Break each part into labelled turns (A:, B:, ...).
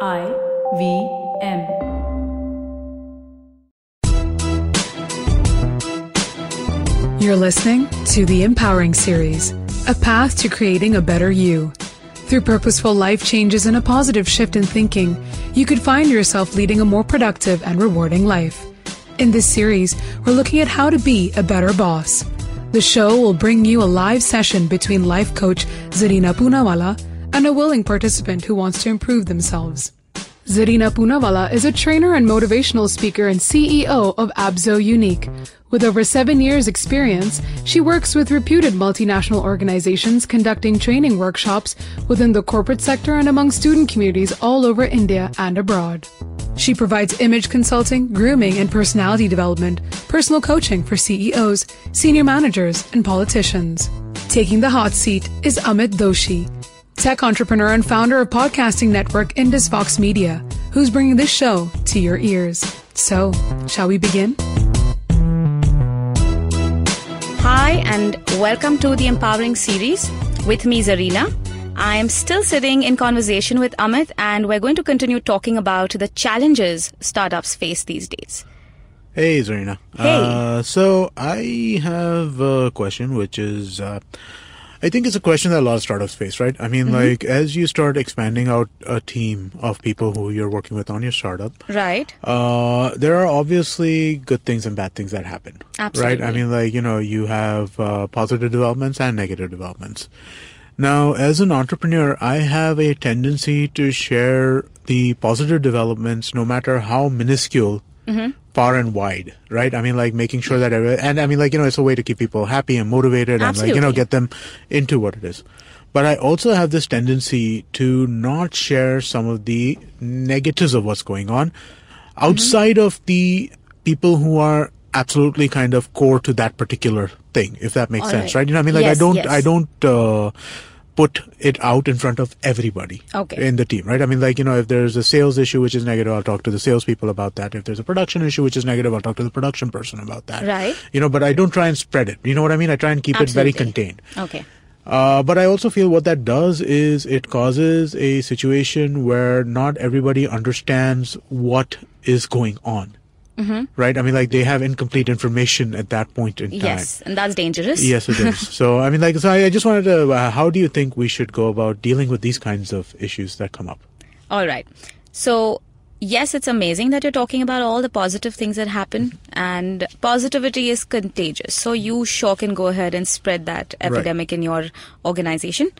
A: I V M.
B: You're listening to the Empowering Series, a path to creating a better you. Through purposeful life changes and a positive shift in thinking, you could find yourself leading a more productive and rewarding life. In this series, we're looking at how to be a better boss. The show will bring you a live session between life coach Zarina Punawala and a willing participant who wants to improve themselves. Zarina Punavala is a trainer and motivational speaker and CEO of Abzo Unique. With over seven years' experience, she works with reputed multinational organizations conducting training workshops within the corporate sector and among student communities all over India and abroad. She provides image consulting, grooming, and personality development, personal coaching for CEOs, senior managers, and politicians. Taking the hot seat is Amit Doshi tech entrepreneur and founder of podcasting network Indusvox Media, who's bringing this show to your ears. So, shall we begin?
C: Hi, and welcome to the Empowering Series with me, Zarina. I am still sitting in conversation with Amit, and we're going to continue talking about the challenges startups face these days.
D: Hey, Zarina.
C: Hey.
D: Uh, so I have a question, which is, uh, I think it's a question that a lot of startups face, right? I
C: Mm-hmm.
D: mean, like as you start expanding out a team of people who you're working with on your startup,
C: Right?
D: uh, there are obviously good things and bad things that happen. Right?
C: Absolutely.
D: I mean, like, you know, you have uh, positive developments and negative developments. Now, as an entrepreneur, I have a tendency to share the positive developments, no matter how minuscule,
C: Mm-hmm.
D: far and wide. Right? I mean, like making sure that, every, and I mean, like, you know, it's a way to keep people happy and motivated and, like, you know,
C: Absolutely.
D: get them into what it is. But I also have this tendency to not share some of the negatives of what's going on
C: Mm-hmm.
D: outside of the people who are absolutely kind of core to that particular thing if that makes
C: All
D: sense
C: right.
D: right. you know what i mean like
C: Yes,
D: i don't
C: yes.
D: i don't uh, put it out in front of everybody
C: Okay.
D: in the team right i mean like you know if there's a sales issue which is negative i'll talk to the salespeople about that if there's a production issue which is negative i'll talk to the production person about that
C: Right.
D: you know but i don't try and spread it you know what i mean i try and keep it very
C: Absolutely.
D: contained
C: Okay.
D: uh, but I also feel what that does is it causes a situation where not everybody understands what is going on. Mm-hmm. Right? I mean, like they have incomplete information at that point in time.
C: Yes, and that's dangerous.
D: Yes, it is. so, I mean, like, so I, I just wanted to, uh, how do you think we should go about dealing with these kinds of issues that come up?
C: All right. So, yes, it's amazing that you're talking about all the positive things that happen, and positivity is contagious. So, you sure can go ahead and spread that epidemic in your organization.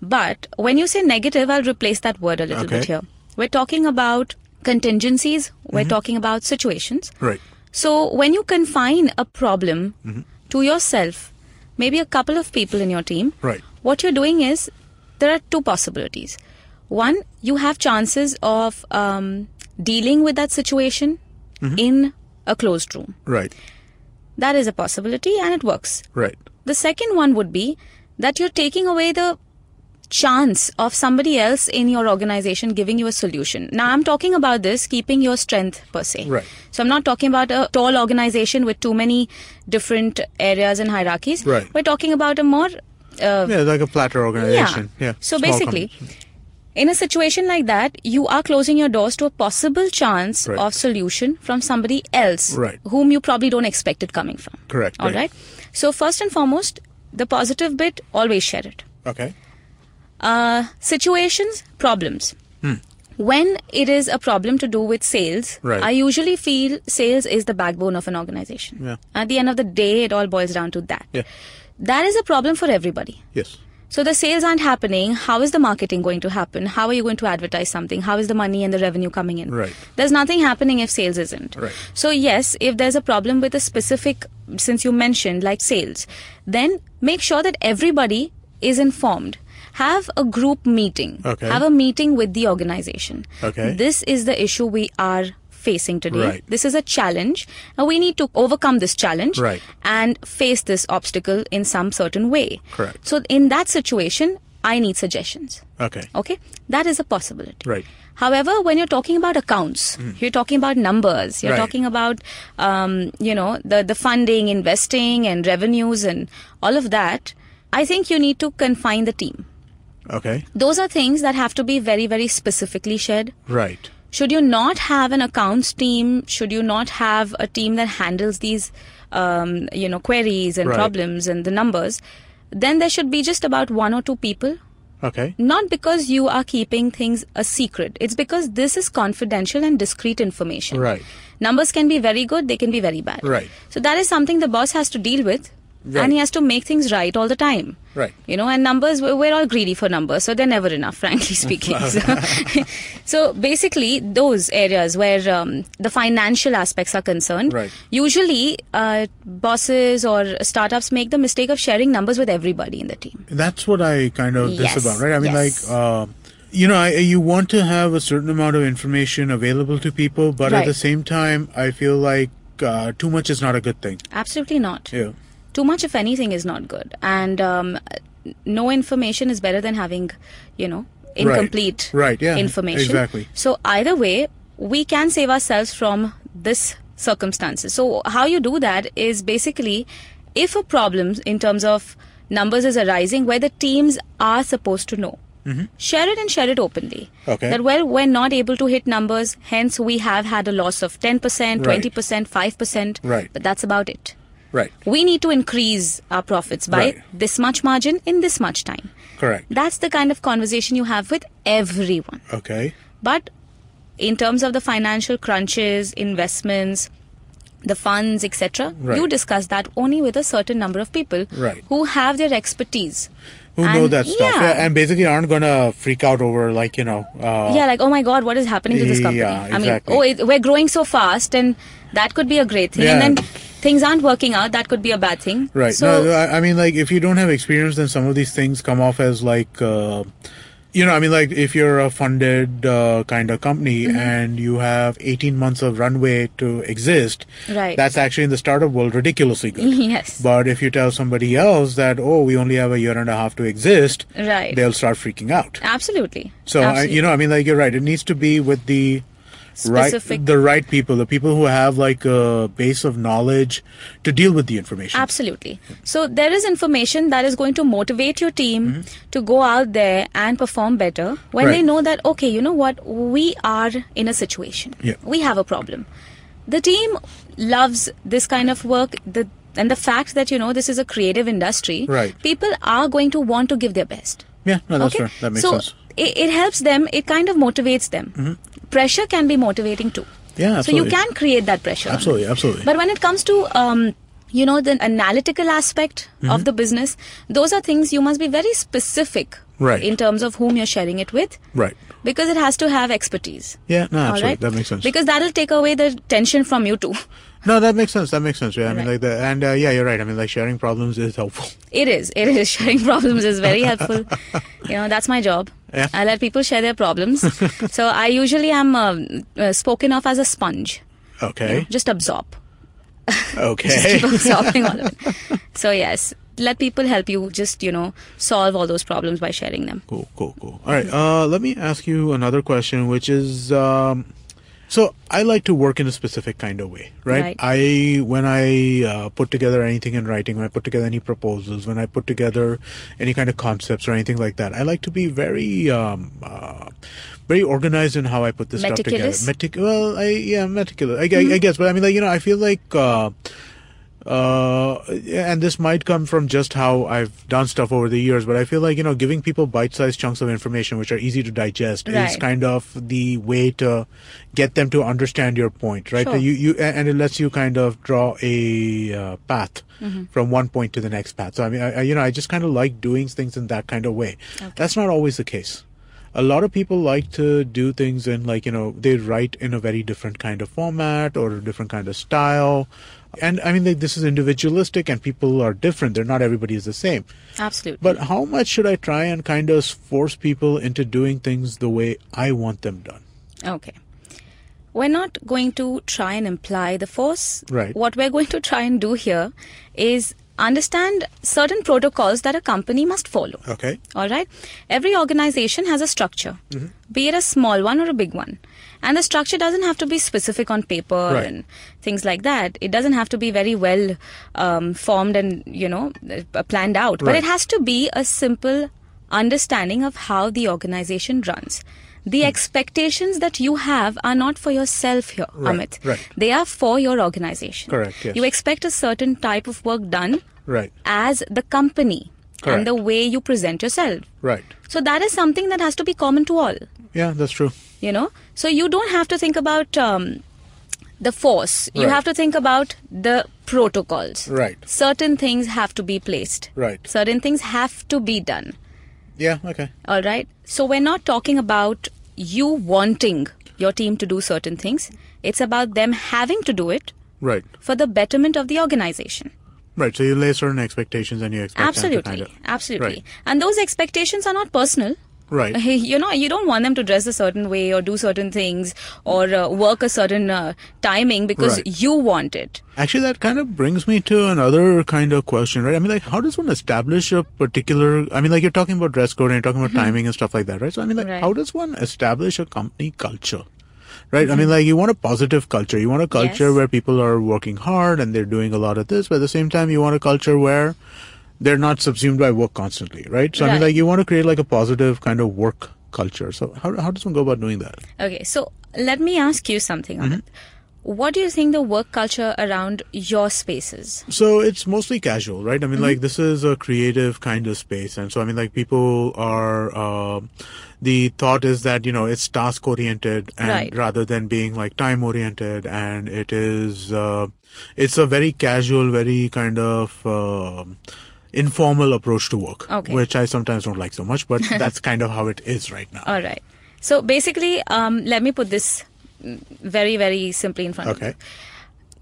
C: But when you say negative, I'll replace that word a little
D: Okay. Mm-hmm.
C: bit here. We're talking about contingencies, we're talking about situations.
D: Right.
C: So, when you confine a problem to yourself, maybe a couple of people in your team,
D: Right.
C: what you're doing is there are two possibilities. One, you have chances of um, dealing with that situation in a closed room.
D: Right.
C: That is a possibility and it works.
D: Right.
C: The second one would be that you're taking away the chance of somebody else in your organization giving you a solution. Now, I'm talking about this keeping your strength per se.
D: Right.
C: So, I'm not talking about a tall organization with too many different areas and hierarchies.
D: Right.
C: We're talking about a more uh,
D: Yeah, like a platter organization. Yeah.
C: so
D: small
C: basically,
D: company.
C: in a situation like that, you are closing your doors to a possible chance
D: Right.
C: of solution from somebody else,
D: Right.
C: whom you probably don't expect it coming from.
D: Correct,
C: All
D: right.
C: right. So first and foremost, the positive bit always share it.
D: Okay.
C: Uh, situations, problems.
D: Hmm.
C: When it is a problem to do with sales,
D: Right.
C: I usually feel sales is the backbone of an organization.
D: Yeah.
C: At the end of the day, it all boils down to that.
D: Yeah.
C: That is a problem for everybody.
D: Yes.
C: So the sales aren't happening. How is the marketing going to happen? How are you going to advertise something? How is the money and the revenue coming in?
D: Right.
C: There's nothing happening if sales isn't.
D: Right.
C: So yes, if there's a problem with a specific, since you mentioned like sales, then make sure that everybody is informed. Have a group meeting.
D: Okay.
C: Have a meeting with the organization.
D: Okay.
C: This is the issue we are facing today.
D: Right.
C: This is a challenge. And we need to overcome this challenge
D: Right.
C: and face this obstacle in some certain way.
D: Correct.
C: So in that situation, I need suggestions.
D: Okay.
C: Okay? That is a possibility.
D: Right. Hmm.
C: However, when you're talking about accounts, you're talking about numbers, you're
D: Right.
C: talking about um, you know, the, the funding, investing and revenues and all of that, I think you need to confine the team.
D: Okay.
C: Those are things that have to be very, very specifically shared.
D: Right.
C: Should you not have an accounts team? Should you not have a team that handles these, um, you know, queries and
D: Right.
C: problems and the numbers? Then there should be just about one or two people.
D: Okay.
C: Not because you are keeping things a secret. It's because this is confidential and discrete information.
D: Right.
C: Numbers can be very good. They can be very bad.
D: Right.
C: So that is something the boss has to deal with,
D: Right.
C: and he has to make things right all the time.
D: Right.
C: You know, and numbers, we're we're all greedy for numbers, so they're never enough, frankly speaking. so, so basically, those areas where um, the financial aspects are concerned,
D: Right.
C: usually uh, bosses or startups make the mistake of sharing numbers with everybody in the team.
D: That's what I kind of
C: Yes,
D: disavow, right? I mean,
C: yes.
D: like, uh, you know, I, you want to have a certain amount of information available to people, but at
C: Right.
D: the same time, I feel like uh, too much is not a good thing.
C: Absolutely not.
D: Yeah.
C: Too much of anything is not good, and um, no information is better than having, you know, incomplete
D: Right, yeah,
C: information.
D: exactly.
C: So either way, we can save ourselves from this circumstances. So how you do that is basically if a problem in terms of numbers is arising where the teams are supposed to know. Share it and share it openly.
D: Mm-hmm. Okay.
C: That well, we're not able to hit numbers, hence we have had a loss of 10%,
D: Right.
C: 20%, 5%.
D: Right.
C: But that's about it.
D: Right.
C: We need to increase our profits by
D: Right.
C: this much margin in this much time.
D: Correct.
C: That's the kind of conversation you have with everyone.
D: Okay.
C: But in terms of the financial crunches, investments, the funds, etc.,
D: Right.
C: you discuss that only with a certain number of people
D: Right.
C: who have their expertise.
D: Who know
C: And-
D: that stuff?
C: yeah.
D: Yeah, and basically aren't gonna freak out over like you know. Uh,
C: yeah, like, oh my God, what is happening to this company?
D: Yeah,
C: I mean,
D: exactly.
C: oh, it, we're growing so fast, and that could be a great thing.
D: Yeah.
C: And then things aren't working out, that could be a bad thing.
D: Right.
C: So,
D: no, I I mean, like, if you don't have experience, then some of these things come off as like, uh, you know, I mean, like, if you're a funded uh, kind of company
C: Mm-hmm.
D: and you have 18 months of runway to exist,
C: Right.
D: That's actually in the startup world ridiculously good.
C: Yes.
D: But if you tell somebody else that, oh, we only have a year and a half to exist,
C: Right.
D: They'll start freaking out.
C: absolutely.
D: So I,
C: Absolutely.
D: you know, I mean, like you're right. It needs to be with the right,
C: Specific-
D: the right people, the people who have like a base of knowledge to deal with the information.
C: Absolutely. So there is information that is going to motivate your team to go out there and perform better when they
D: Mm-hmm. Right.
C: know that okay, you know what, we are in a situation.
D: Yeah.
C: We have a problem. The team loves this kind of work. The and the fact that you know this is a creative industry,
D: Right.
C: people are going to want to give their best.
D: Yeah, no, that's
C: okay,
D: fair. That makes
C: so
D: sense. Mm-hmm.
C: It, it helps them. It kind of motivates them. Pressure can be motivating too.
D: Yeah,
C: So
D: absolutely.
C: you can create that pressure. on them.
D: Absolutely, absolutely.
C: But when it comes to um, you know the analytical aspect
D: Mm-hmm.
C: of the business, those are things you must be very specific
D: Right.
C: in terms of whom you're sharing it with,
D: right.
C: because it has to have expertise.
D: Yeah,
C: All
D: no, absolutely.
C: right,
D: That makes sense.
C: Because that'll take away the tension from you too.
D: no, that makes sense. That makes sense. Yeah, I mean,
C: Right.
D: like that. And uh, yeah, you're right. I mean, like sharing problems is helpful.
C: It is. It is. Sharing problems is very helpful. you know, that's my job.
D: Yeah.
C: I let people share their problems. so I usually am uh, uh, spoken of as a sponge. you know,
D: Okay.
C: just absorb.
D: Okay.
C: keep absorbing all of it. So yes, let people help you. Just you know, solve all those problems by sharing them.
D: cool, cool, cool. All right. Uh, let me ask you another question, which is, um, so I like to work in a specific kind of way, right?
C: Right.
D: I when I uh, put together anything in writing, when I put together any proposals, when I put together any kind of concepts or anything like that, I like to be very, um, uh, very organized in how I put this
C: Meticulous? Mm-hmm.
D: stuff together. Metic- well, I yeah, meticulous. I, gu- I guess, but I mean, like you know, I feel like. Uh, uh, and this might come from just how I've done stuff over the years, but I feel like, you know, giving people bite sized chunks of information which are easy to digest is
C: Right.
D: kind of the way to get them to understand your point, right?
C: Sure.
D: You, you, a- and it lets you kind of draw a uh, path from one point to the next path. So, I mean, I, I, you know, I just kind of like doing things in that kind of way. That's not always the case a lot of people like to do things in like you know they write in a very different kind of format or a different kind of style and i mean like, this is individualistic and people are different they're not everybody is the same
C: Absolutely.
D: but how much should i try and kind of force people into doing things the way i want them done
C: okay. We're not going to try and imply the force.
D: Right.
C: What we're going to try and do here is understand certain protocols that a company must follow.
D: okay
C: All right. Every organization has a structure,
D: Mm-hmm.
C: be it a small one or a big one. And the structure doesn't have to be specific on paper
D: Right.
C: and things like that. It doesn't have to be very well um, formed and, you know, uh, planned out. But
D: Right.
C: it has to be a simple, understanding of how the organization runs. The
D: Hmm.
C: expectations that you have are not for yourself here,
D: Right,
C: Amit.
D: right.
C: They are for your organization.
D: Correct, yes.
C: You expect a certain type of work done
D: Right.
C: as the company
D: Correct.
C: and the way you present yourself.
D: Right.
C: So that is something that has to be common to all
D: Yeah, that's true.
C: you know so you don't have to think about um, the force you
D: Right.
C: have to think about the protocols
D: Right.
C: certain things have to be placed
D: Right.
C: certain things have to be done
D: Yeah, okay.
C: all right so we're not talking about you wanting your team to do certain things it's about them having to do it
D: Right.
C: for the betterment of the organization
D: Right. So you lay certain expectations and you expect them
C: absolutely
D: to kind of,
C: absolutely
D: Right.
C: and those expectations are not personal
D: Right.
C: Hey, you know you don't want them to dress a certain way or do certain things or uh, work a certain uh, timing because
D: Right.
C: you want it
D: Actually, that kind of brings me to another kind of question, right? I mean, like, how does one establish a particular? I mean, like, you're talking about dress code and you're talking about timing and stuff like that, right? So, I mean, like,
C: Mm-hmm. Right.
D: how does one establish a company culture? Right. I mean, like, you want a positive culture. You want a culture
C: Mm-hmm. Yes.
D: where people are working hard and they're doing a lot of this, but at the same time, you want a culture where they're not subsumed by work constantly, right? So, I mean,
C: Right.
D: like, you want to create like a positive kind of work culture. So, how, how does one go about doing that?
C: okay so let me ask you something
D: Mm-hmm.
C: Anand. what do you think the work culture around your spaces
D: So it's mostly casual, right? I mean,
C: Mm-hmm.
D: like this is a creative kind of space, and so I mean, like people are. um the thought is that you know it's task oriented, and
C: Right.
D: rather than being like time oriented, and it is. Uh, it's a very casual, very kind of. um informal approach to work
C: Okay.
D: which i sometimes don't like so much but that's kind of how it is right now
C: all right so basically um, let me put this mm, very very simply in front
D: okay
C: of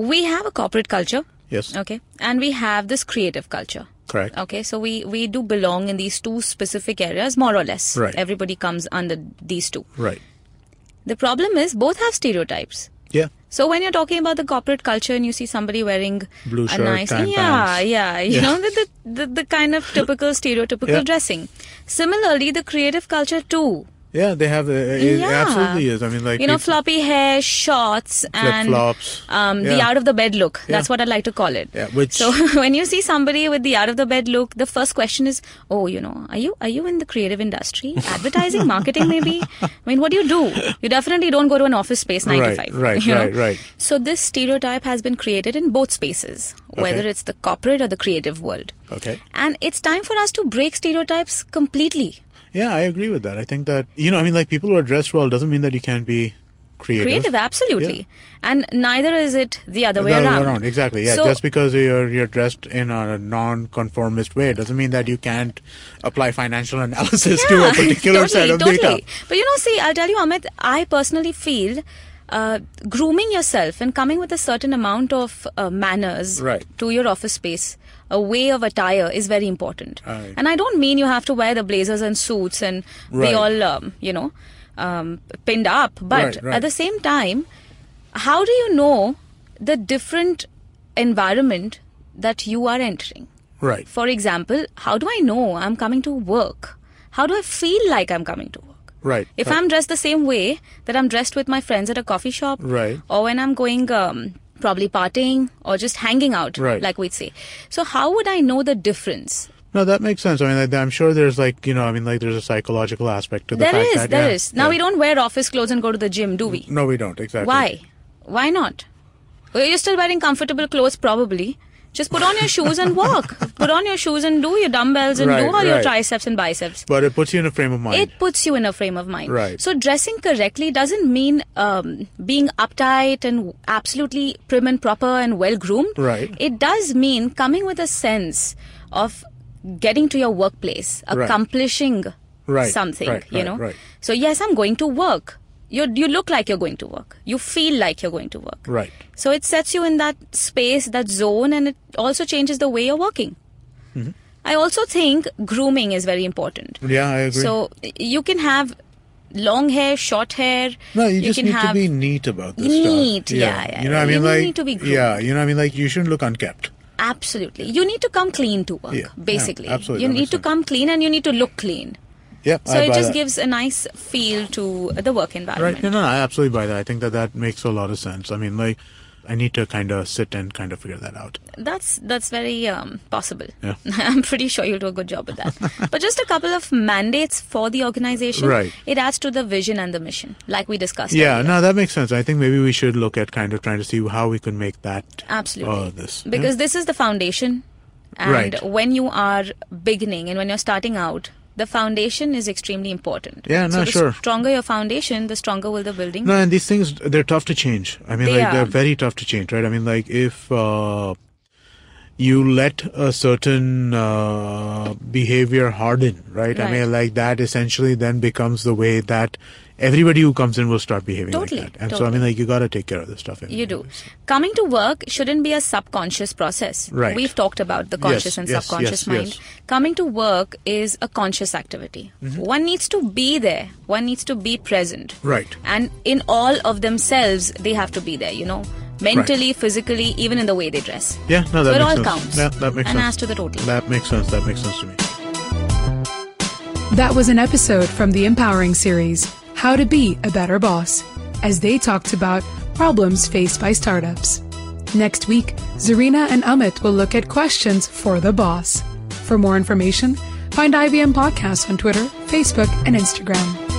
C: you we have a corporate culture
D: yes
C: okay and we have this creative culture
D: correct
C: Okay, so we we do belong in these two specific areas, more or less.
D: Right.
C: Everybody comes under these two.
D: right
C: The problem is both have stereotypes.
D: yeah
C: So when you're talking about the corporate culture and you see somebody wearing
D: Blue
C: a
D: shirt,
C: nice,
D: tan
C: yeah,
D: pants.
C: yeah, you
D: Yeah.
C: know the, the the the kind of typical stereotypical
D: Yeah.
C: dressing. Similarly, the creative culture too.
D: yeah they have it, it
C: yeah,
D: absolutely is i mean like
C: you know,
D: people-
C: floppy hair, shorts, and
D: Flip-flops.
C: Um, the
D: Yeah.
C: out of the bed look. That's
D: Yeah.
C: what I like to call it.
D: Yeah, which-
C: so when you see somebody with the out of the bed look, the first question is, "Oh, you know, are you are you in the creative industry, advertising, marketing, maybe? I mean, what do you do? You definitely don't go to an office space nine to
D: Right,
C: five.
D: right,
C: you know?
D: right, right.
C: So this stereotype has been created in both spaces, whether it's the corporate or the creative world.
D: okay
C: And it's time for us to break stereotypes completely.
D: Yeah, I agree with that. I think that you know, I mean, like people who are dressed well doesn't mean that you can't be creative.
C: creative absolutely and neither is it the other
D: The
C: way
D: other way
C: around
D: around. Exactly. Yeah.
C: so,
D: Just because you're you're dressed in a non-conformist way doesn't mean that you can't apply financial analysis to a
C: Yeah,
D: particular
C: totally,
D: set of
C: totally.
D: data.
C: but you know see i'll tell you amit i personally feel uh, grooming yourself and coming with a certain amount of uh, manners
D: Right.
C: to your office space a way of attire is very important
D: Right.
C: and i don't mean you have to wear the blazers and suits and be
D: Right.
C: all um, you know um, pinned up but
D: Right, right.
C: at the same time how do you know the different environment that you are entering
D: Right.
C: for example, how do I know I'm coming to work? How do I feel like I'm coming to work?
D: Right.
C: If
D: right.
C: I'm dressed the same way that I'm dressed with my friends at a coffee shop,
D: Right.
C: or when I'm going um, probably partying or just hanging out,
D: Right.
C: like we'd say. So, how would I know the difference?
D: no, that makes sense. I mean, like, I'm sure there's like you know, I mean, like there's a psychological aspect to the
C: There
D: fact
C: is, there is.
D: that yeah,
C: Now,
D: yeah.
C: we don't wear office clothes and go to the gym, do we?
D: No, we don't exactly.
C: Why? Why not? Well, You're still wearing comfortable clothes, probably. Just put on your shoes and walk. Put on your shoes and do your dumbbells and do
D: Right,
C: all your
D: right.
C: triceps and biceps.
D: But it puts you in a frame of mind.
C: It puts you in a frame of mind.
D: Right.
C: So dressing correctly doesn't mean um, being uptight and absolutely prim and proper and well groomed.
D: Right.
C: It does mean coming with a sense of getting to your workplace,
D: Right.
C: accomplishing
D: Right,
C: something.
D: right,
C: you
D: right,
C: know.
D: right.
C: So yes, I'm going to work. You you look like you're going to work. You feel like you're going to work.
D: Right.
C: So it sets you in that space, that zone, and it also changes the way you're working. I also think grooming is very important.
D: Yeah, I agree.
C: So you can have long hair, short hair.
D: No, you, just
C: can
D: need
C: have
D: to be neat about this
C: Neat,
D: stuff.
C: yeah, yeah,
D: You know what I
C: yeah.
D: mean?
C: You
D: like,
C: need to be groomed.
D: yeah, you know what I mean? Like, you shouldn't look unkept.
C: absolutely. You need to come clean to work.
D: Yeah, yeah,
C: basically,
D: absolutely,
C: you
D: that
C: need
D: makes
C: to
D: sense.
C: come clean and you need to look clean.
D: Yeah,
C: So
D: I
C: it
D: buy
C: just
D: that.
C: gives a nice feel to the work
D: Right.
C: environment.
D: No, no, I absolutely buy that. I think that that makes a lot of sense. I mean, like, I need to kind of sit and kind of figure that out.
C: That's that's very um, possible.
D: Yeah.
C: I'm pretty sure you'll do a good job with that. but just a couple of mandates for the organization.
D: Right.
C: It adds to the vision and the mission, like we discussed.
D: Yeah,
C: earlier.
D: no, that makes sense. I think maybe we should look at kind of trying to see how we can make that
C: Absolutely.
D: Uh, this yeah.
C: because this is the foundation, and
D: Right.
C: when you are beginning and when you're starting out. The foundation is extremely important.
D: Yeah,
C: so
D: no,
C: the
D: sure.
C: stronger your foundation, the stronger will the building.
D: No, and these things they're tough to change. I mean,
C: They
D: like
C: are.
D: they're very tough to change, right? I mean, like if uh, you let a certain uh, behavior harden, right? I mean,
C: Right.
D: like that essentially then becomes the way that everybody who comes in will start behaving
C: Totally,
D: like that. And so, I
C: totally.
D: mean, like you got to take care of this stuff.
C: You do. Coming to work shouldn't be a subconscious process.
D: Right.
C: We've talked about the conscious
D: Yes,
C: and
D: yes,
C: subconscious
D: yes,
C: mind.
D: yes.
C: Coming to work is a conscious activity.
D: Mm-hmm.
C: One needs to be there, one needs to be present.
D: Right.
C: And in all of themselves, they have to be there, you know, mentally, physically, even in the way they dress.
D: Yeah, no, that
C: so it
D: makes
C: all
D: sense.
C: counts.
D: Yeah, that makes
C: and
D: sense.
C: adds to the total.
D: That makes sense. That makes sense to me.
B: That was an episode from the Empowering series, How to Be a Better Boss, as they talked about problems faced by startups. Next week, Zarina and Amit will look at questions for the boss. For more information, find IBM Podcasts on Twitter, Facebook, and Instagram.